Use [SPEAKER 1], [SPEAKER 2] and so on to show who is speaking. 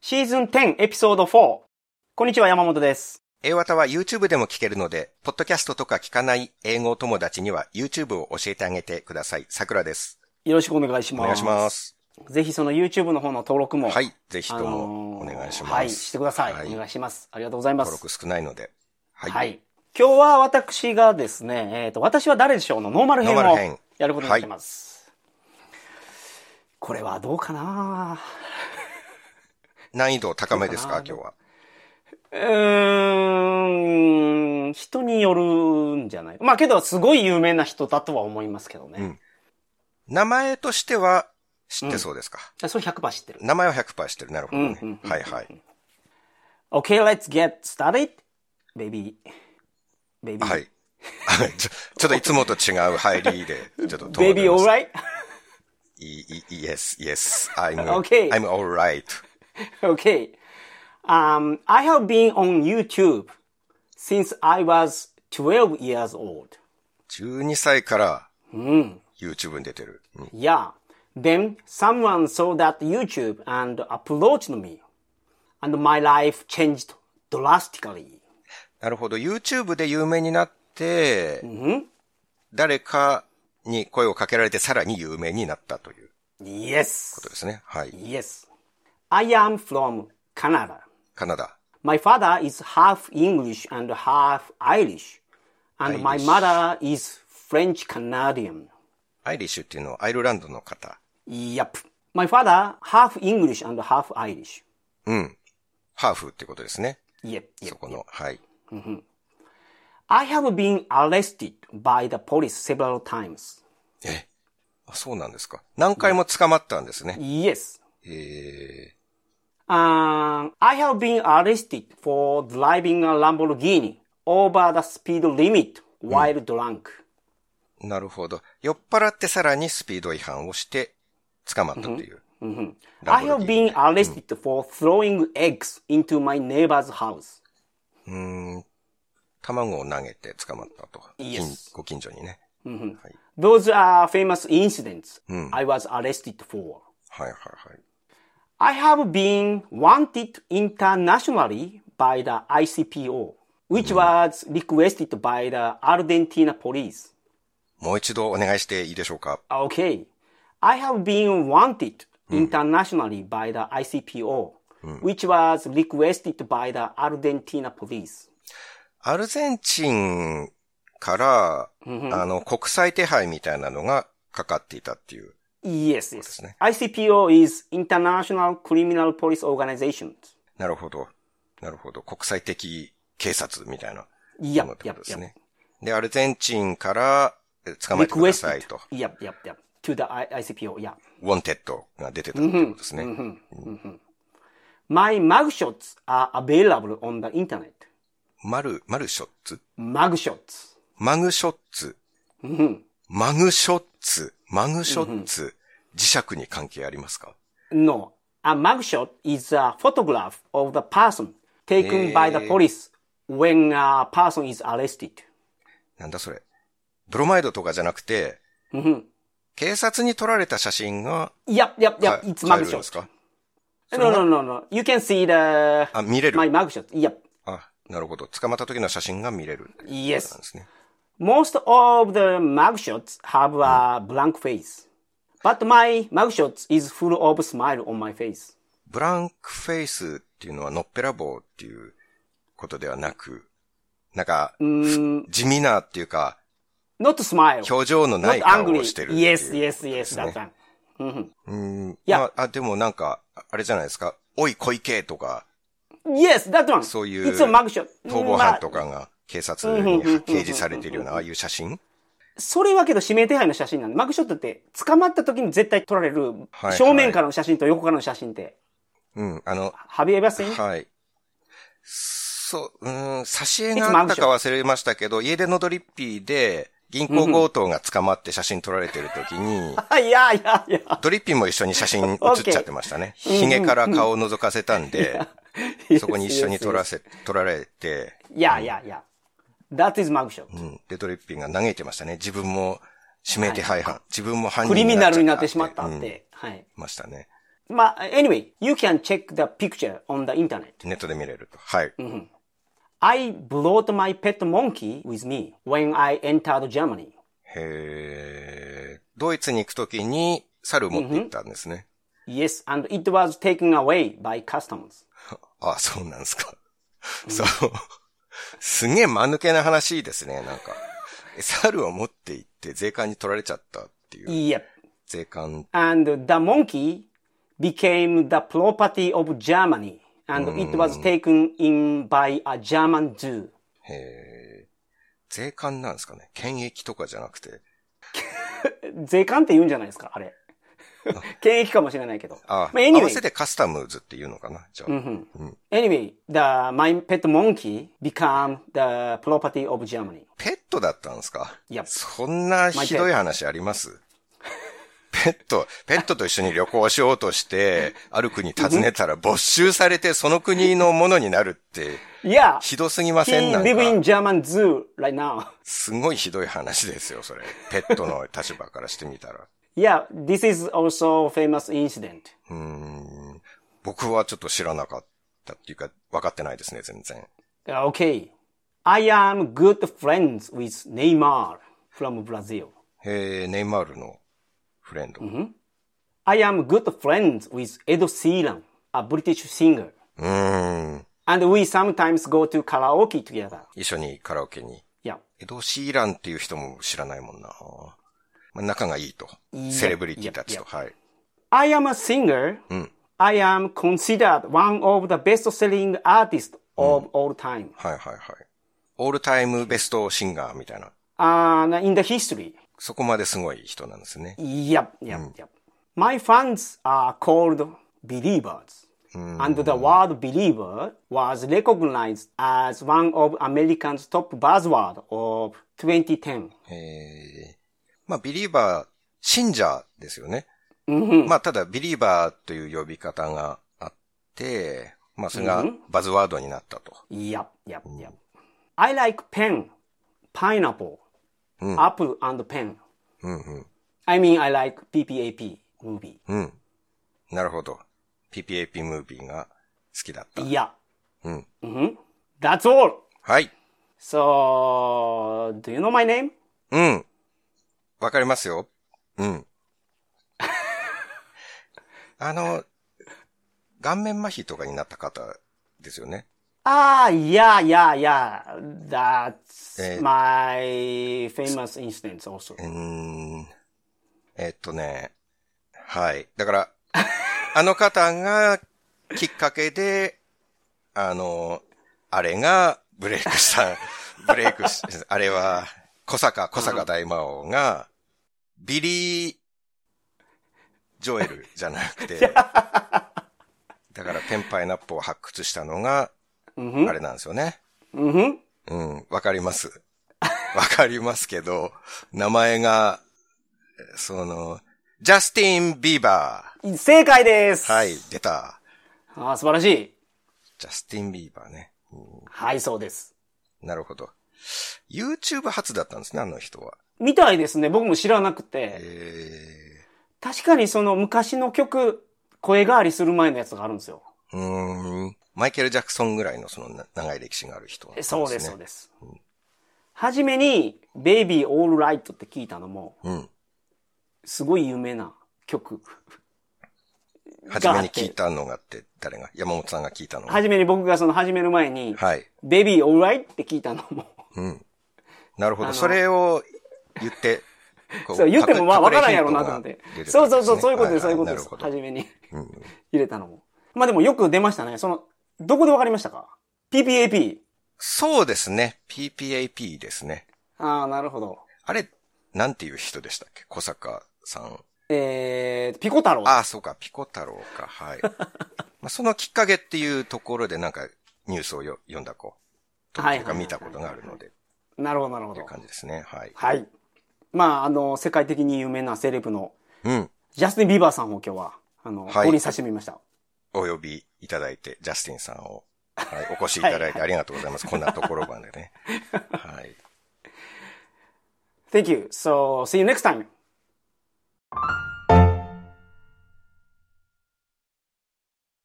[SPEAKER 1] シーズン10エピソード4。こんにちは、山本です。
[SPEAKER 2] 英和田は YouTube でも聞けるので、ポッドキャストとか聞かない英語友達には YouTube を教えてあげてください。桜です。
[SPEAKER 1] よろしくお願いし
[SPEAKER 2] お
[SPEAKER 1] ます。
[SPEAKER 2] 願いします。
[SPEAKER 1] ぜひその YouTube の方の登録も。
[SPEAKER 2] はい。ぜひと
[SPEAKER 1] あ
[SPEAKER 2] もお
[SPEAKER 1] のー
[SPEAKER 2] 願いします。
[SPEAKER 1] はい、してください,、
[SPEAKER 2] はい
[SPEAKER 1] お願いします。ありがとうございます。
[SPEAKER 2] 登録少ないので。は
[SPEAKER 1] はい、今日は私がですね、えっ、と、私は誰でしょうのノーマル編
[SPEAKER 2] ノーマ
[SPEAKER 1] を
[SPEAKER 2] ル編
[SPEAKER 1] やることになってます。これはどうかな
[SPEAKER 2] 難易度高めですか
[SPEAKER 1] ど
[SPEAKER 2] 今日は。
[SPEAKER 1] うーん、人によるんじゃないまあけど、すごい有名な人だとは思いますけどね。
[SPEAKER 2] 名前としては知ってそうですか、
[SPEAKER 1] それ100%知ってる。
[SPEAKER 2] 名前は100%知ってる。なるほどね。
[SPEAKER 1] うんうんうん
[SPEAKER 2] はいはい。
[SPEAKER 1] Okay, let's get started, baby. baby.
[SPEAKER 2] はい。はいちょちょっといつもと違う入りで、ちょっと戸惑い
[SPEAKER 1] Baby,
[SPEAKER 2] ました
[SPEAKER 1] alright?
[SPEAKER 2] Y- y- Yes, yes, I'm,
[SPEAKER 1] Okay.
[SPEAKER 2] I'm alright.
[SPEAKER 1] okay. Um, I have been on YouTube since I was 12 years old.
[SPEAKER 2] 12歳から、YouTube に出てる。うん
[SPEAKER 1] Yeah. Then someone saw that YouTube and approached me. And my life changed drastically.
[SPEAKER 2] なるほど。YouTube で有名になって、誰かに声をかけられてさらに有名になったというこ
[SPEAKER 1] Yes.
[SPEAKER 2] とですね。はい。
[SPEAKER 1] Yes. I am from Canada.
[SPEAKER 2] カナダ。
[SPEAKER 1] My father is half English and half Irish, and my
[SPEAKER 2] Irish.
[SPEAKER 1] mother is French Canadian.
[SPEAKER 2] アイリッシュっていうのはアイルランドの方。
[SPEAKER 1] Yep. My father half English and half Irish.
[SPEAKER 2] ハーフってことですね。
[SPEAKER 1] Yep. yep.
[SPEAKER 2] そこの。はい。
[SPEAKER 1] I have been arrested by the police several times.
[SPEAKER 2] え、あそうなんですか。何回も捕まったんですね。
[SPEAKER 1] Yes.
[SPEAKER 2] え
[SPEAKER 1] Um, I have been arrested for driving a Lamborghini over the speed limit while drunk.
[SPEAKER 2] ー、なるほど。酔っ払ってさらにスピード違反をして捕まったという。
[SPEAKER 1] I have been arrested for throwing eggs into my neighbor's house.
[SPEAKER 2] 卵を投げて捕まったと。
[SPEAKER 1] Yes.
[SPEAKER 2] 近ご近所にね。
[SPEAKER 1] Those are famous incidents I was arrested for.
[SPEAKER 2] はいはいはい。
[SPEAKER 1] I have been wanted internationally by the ICPO, which was requested by the Argentina police.
[SPEAKER 2] もう一度お願いしていいでしょうか
[SPEAKER 1] Okay. I have been wanted internationally by the ICPO, which was requested by the Argentina police.
[SPEAKER 2] アルゼンチンから、あの、国際手配みたいなのがかかっていたっていう。
[SPEAKER 1] Yes, yes.
[SPEAKER 2] そうですね。
[SPEAKER 1] ICPO is International Criminal Police Organization.
[SPEAKER 2] なるほど。なるほど。国際的警察みたいなもの
[SPEAKER 1] Yep,
[SPEAKER 2] ってこ
[SPEAKER 1] yep,
[SPEAKER 2] とです
[SPEAKER 1] yep.
[SPEAKER 2] ね。で、アルゼンチンからえ捕まえてください
[SPEAKER 1] requested.
[SPEAKER 2] と。
[SPEAKER 1] Yep, yep, yep. To the I- ICPO, yeah.
[SPEAKER 2] ウォンテッドが出てたってことですね。
[SPEAKER 1] My mugshots are available on the internet.
[SPEAKER 2] マル、マルショッツ
[SPEAKER 1] Mugshots.
[SPEAKER 2] マグショッツ。マグショッツ。マグショッツ。磁石に関係ありますか
[SPEAKER 1] No. A mugshot is a photograph of the person taken by the police when a person is arrested.
[SPEAKER 2] なんだそれ。ブロマイドとかじゃなくて、警察に撮られた写真が、
[SPEAKER 1] Yep, yep, yep.
[SPEAKER 2] か
[SPEAKER 1] It's
[SPEAKER 2] 買えるんです
[SPEAKER 1] mugshot.
[SPEAKER 2] か
[SPEAKER 1] No, no, no, no. You can see the
[SPEAKER 2] あ、見れる
[SPEAKER 1] my mugshot. Yep.
[SPEAKER 2] あ、なるほど。捕まった時の写真が見れる。
[SPEAKER 1] Yes.
[SPEAKER 2] なんですね。
[SPEAKER 1] Most of the mugshots have a blank face. But my mugshot is full of smile on my face.
[SPEAKER 2] ブランクフェイスっていうのはのっぺらぼうっていうことではなく、なんか、
[SPEAKER 1] Mm,
[SPEAKER 2] 地味なっていうか、
[SPEAKER 1] Not smile.
[SPEAKER 2] 表情のない
[SPEAKER 1] Not
[SPEAKER 2] 顔
[SPEAKER 1] angry.
[SPEAKER 2] をしてるっていう。
[SPEAKER 1] Yes, yes, yes, that one.
[SPEAKER 2] うん。
[SPEAKER 1] や
[SPEAKER 2] まあ、あでもなんか、ああれじゃないですか。おい、小池とか、
[SPEAKER 1] Yes, that one.
[SPEAKER 2] そういう
[SPEAKER 1] It's a mugshot.
[SPEAKER 2] 逃亡
[SPEAKER 1] ま
[SPEAKER 2] 犯
[SPEAKER 1] あ
[SPEAKER 2] とかが警察に掲示されているような、ああいう写真
[SPEAKER 1] それはけど指名手配の写真なんで、マグショットって捕まった時に絶対撮られる、
[SPEAKER 2] はい
[SPEAKER 1] 正面からの写真と横からの写真って、
[SPEAKER 2] うん。あの、
[SPEAKER 1] ハビエバスに
[SPEAKER 2] はい。そう、うーん、挿絵があったか忘れましたけど、家出のドリッピーで、銀行強盗が捕まって写真撮られてる時に、
[SPEAKER 1] あ、 いやいやいや。
[SPEAKER 2] ドリッピーも一緒に写真写っちゃってましたね。髭から顔を覗かせたんで、そこに一緒に撮らせ、撮られて、
[SPEAKER 1] いやいやいや。That is マグショット。
[SPEAKER 2] うん。で、ドリッピーが嘆いてましたね。自分も指名手配犯、自分も犯
[SPEAKER 1] ク
[SPEAKER 2] 人
[SPEAKER 1] リ
[SPEAKER 2] に
[SPEAKER 1] ミナ
[SPEAKER 2] なっちゃった
[SPEAKER 1] ルになってしまったっ
[SPEAKER 2] うん
[SPEAKER 1] て。はい。
[SPEAKER 2] ましたね。
[SPEAKER 1] まあ、anyway, you can check the picture on the internet.
[SPEAKER 2] ネットで見れると。はい。
[SPEAKER 1] I brought my pet monkey with me when I entered Germany.
[SPEAKER 2] へードイツに行くときに猿持って行ったんですね。
[SPEAKER 1] Yes, and it was taken away by customs.
[SPEAKER 2] あ、そうなんですか。そう。すげえ間抜けな話ですね、なんか。え猿を持って行って税関に取られちゃったっていう。
[SPEAKER 1] Yep.
[SPEAKER 2] 税関。
[SPEAKER 1] And the monkey became the property of Germany, and it was taken in by a German Jew.
[SPEAKER 2] へー税関なんですかね。検疫とかじゃなくて。
[SPEAKER 1] 税関って言うんじゃないですか、あれ。検疫かもしれないけど。
[SPEAKER 2] あ、
[SPEAKER 1] まあ、
[SPEAKER 2] 合わ
[SPEAKER 1] anyway,
[SPEAKER 2] せてカスタムズっていうのかな、じゃあ。
[SPEAKER 1] anyway, the my pet monkey became the property of Germany.
[SPEAKER 2] ペットだったんですか
[SPEAKER 1] いや
[SPEAKER 2] そんなひどい話ありますペット、ペットと一緒に旅行しようとして、ある国訪ねたら没収されてその国のものになるって、
[SPEAKER 1] Yeah,
[SPEAKER 2] ひどすぎま
[SPEAKER 1] he
[SPEAKER 2] せんなん
[SPEAKER 1] live in
[SPEAKER 2] か。
[SPEAKER 1] German zoo right now.
[SPEAKER 2] すごいひどい話ですよ、それ。ペットの立場からしてみたら。
[SPEAKER 1] Yeah, this is also a famous incident.
[SPEAKER 2] うーん。僕はちょっと知らなかったっていうか、分かってないですね、全然。
[SPEAKER 1] Uh, Okay, I am good friends with Neymar from Brazil.
[SPEAKER 2] へえ、ネイマールのフレンド。う
[SPEAKER 1] I am good friends with Ed Sheeran, a British singer,
[SPEAKER 2] ーん。
[SPEAKER 1] and we sometimes go to karaoke together.
[SPEAKER 2] 一緒にカラオケに
[SPEAKER 1] Yeah.
[SPEAKER 2] エド・シーランっていう人も知らないもんな。まあ、仲がいいと。セレブリティたちと。はい。
[SPEAKER 1] I am a singer. I am considered one of the best-selling artists of all time,
[SPEAKER 2] はいはいはい。オールタイムベストシンガーみたいな。
[SPEAKER 1] and in the history.
[SPEAKER 2] そこまですごい人なんですね。
[SPEAKER 1] Yep, yep, yep. My fans are called believers, and the word believer was recognized as one of America's top buzzword of 2010.
[SPEAKER 2] えー、まあ、ビリーバー、信者ですよね。まあ、ただ、ビリーバーという呼び方があって、まあ、それがバズワードになったと。
[SPEAKER 1] Yep, yep, yep. I like pen, pineapple, apple, and pen. I mean, I like PPAP movie.
[SPEAKER 2] うん。なるほど。PPAP ムービーが好きだった。
[SPEAKER 1] Yeah.
[SPEAKER 2] Mm.
[SPEAKER 1] Mhm. That's all.
[SPEAKER 2] はい。
[SPEAKER 1] So, do you know my name?
[SPEAKER 2] うん。わかりますよ。うん。あの、顔面麻痺とかになった方ですよね。
[SPEAKER 1] Ah, yeah, yeah, yeah. That's
[SPEAKER 2] Eh.
[SPEAKER 1] my famous incident also.
[SPEAKER 2] うーん。えっとね。はい。だから、 あの方がきっかけで、あの、あれがブレイクした、 ブレイクし、あれは、小坂、小坂大魔王が、ビリー・ジョエルじゃなくて、だからペンパイナップを発掘したのが、あれなんですよね。
[SPEAKER 1] Mhm.
[SPEAKER 2] うん、わかります。 わかりますけど、名前が、その、ジャスティン・ビーバ
[SPEAKER 1] 正解です。
[SPEAKER 2] ー。はい、出た。
[SPEAKER 1] あー素晴らしい。
[SPEAKER 2] ジャスティン・ビーバーね。
[SPEAKER 1] はい、そうです。
[SPEAKER 2] なるほど。YouTube 初だったんですね、あの人は。
[SPEAKER 1] みたいですね。僕も知らなくて。
[SPEAKER 2] え
[SPEAKER 1] 確かにその昔の曲、声変わりする前のやつがあるんですよ。
[SPEAKER 2] ー、うーん。マイケル・ジャクソンぐらいのそのな長い歴史がある人なん
[SPEAKER 1] え
[SPEAKER 2] ね
[SPEAKER 1] そうです、そうです。はじめに、ベイビーオールライトって聞いたのも、
[SPEAKER 2] うん。
[SPEAKER 1] すごい有名な曲。
[SPEAKER 2] 初めに聞いたのがって、誰が山本さんが聞いたのが
[SPEAKER 1] はじめに僕がその始める前に、
[SPEAKER 2] はい。
[SPEAKER 1] ベイビーオールライトって聞いたのも、
[SPEAKER 2] なるほ
[SPEAKER 1] あ
[SPEAKER 2] ど。
[SPEAKER 1] の
[SPEAKER 2] それを 言って、こ
[SPEAKER 1] そう言ってもまあわからんやろうなと思って。そうそうそう、そういうことです、そういうことです。
[SPEAKER 2] は
[SPEAKER 1] はじ
[SPEAKER 2] い
[SPEAKER 1] めに入れたのも。まあでもよく出ましたね。その、どこでわかりましたか ?PPAP。
[SPEAKER 2] そうですね。PPAP ですね。
[SPEAKER 1] ああ、なるほど。
[SPEAKER 2] あれ、なんていう人でしたっけ小坂さん。
[SPEAKER 1] えー、ピコ太郎。
[SPEAKER 2] ああ、そうか、ピコ太郎か。 はい。まあそのきっかけっていうところでなんかニュースをよ読んだ子と
[SPEAKER 1] はいはいはい
[SPEAKER 2] か見たことがあるのでっ
[SPEAKER 1] なるほど、なるほ
[SPEAKER 2] てい
[SPEAKER 1] ど
[SPEAKER 2] う。感じですね。はい。
[SPEAKER 1] はい。まあ、あの、世界的に有名なセレブの
[SPEAKER 2] うん。
[SPEAKER 1] ジャスティン・ビーバーさんを今日は、あの、
[SPEAKER 2] はい
[SPEAKER 1] 降臨させてみました。
[SPEAKER 2] お呼びいただいて、ジャスティンさんを、はい、お越しいただいてありがとうございます。こんなところまでね。はい。
[SPEAKER 1] Thank you. So, see you next time.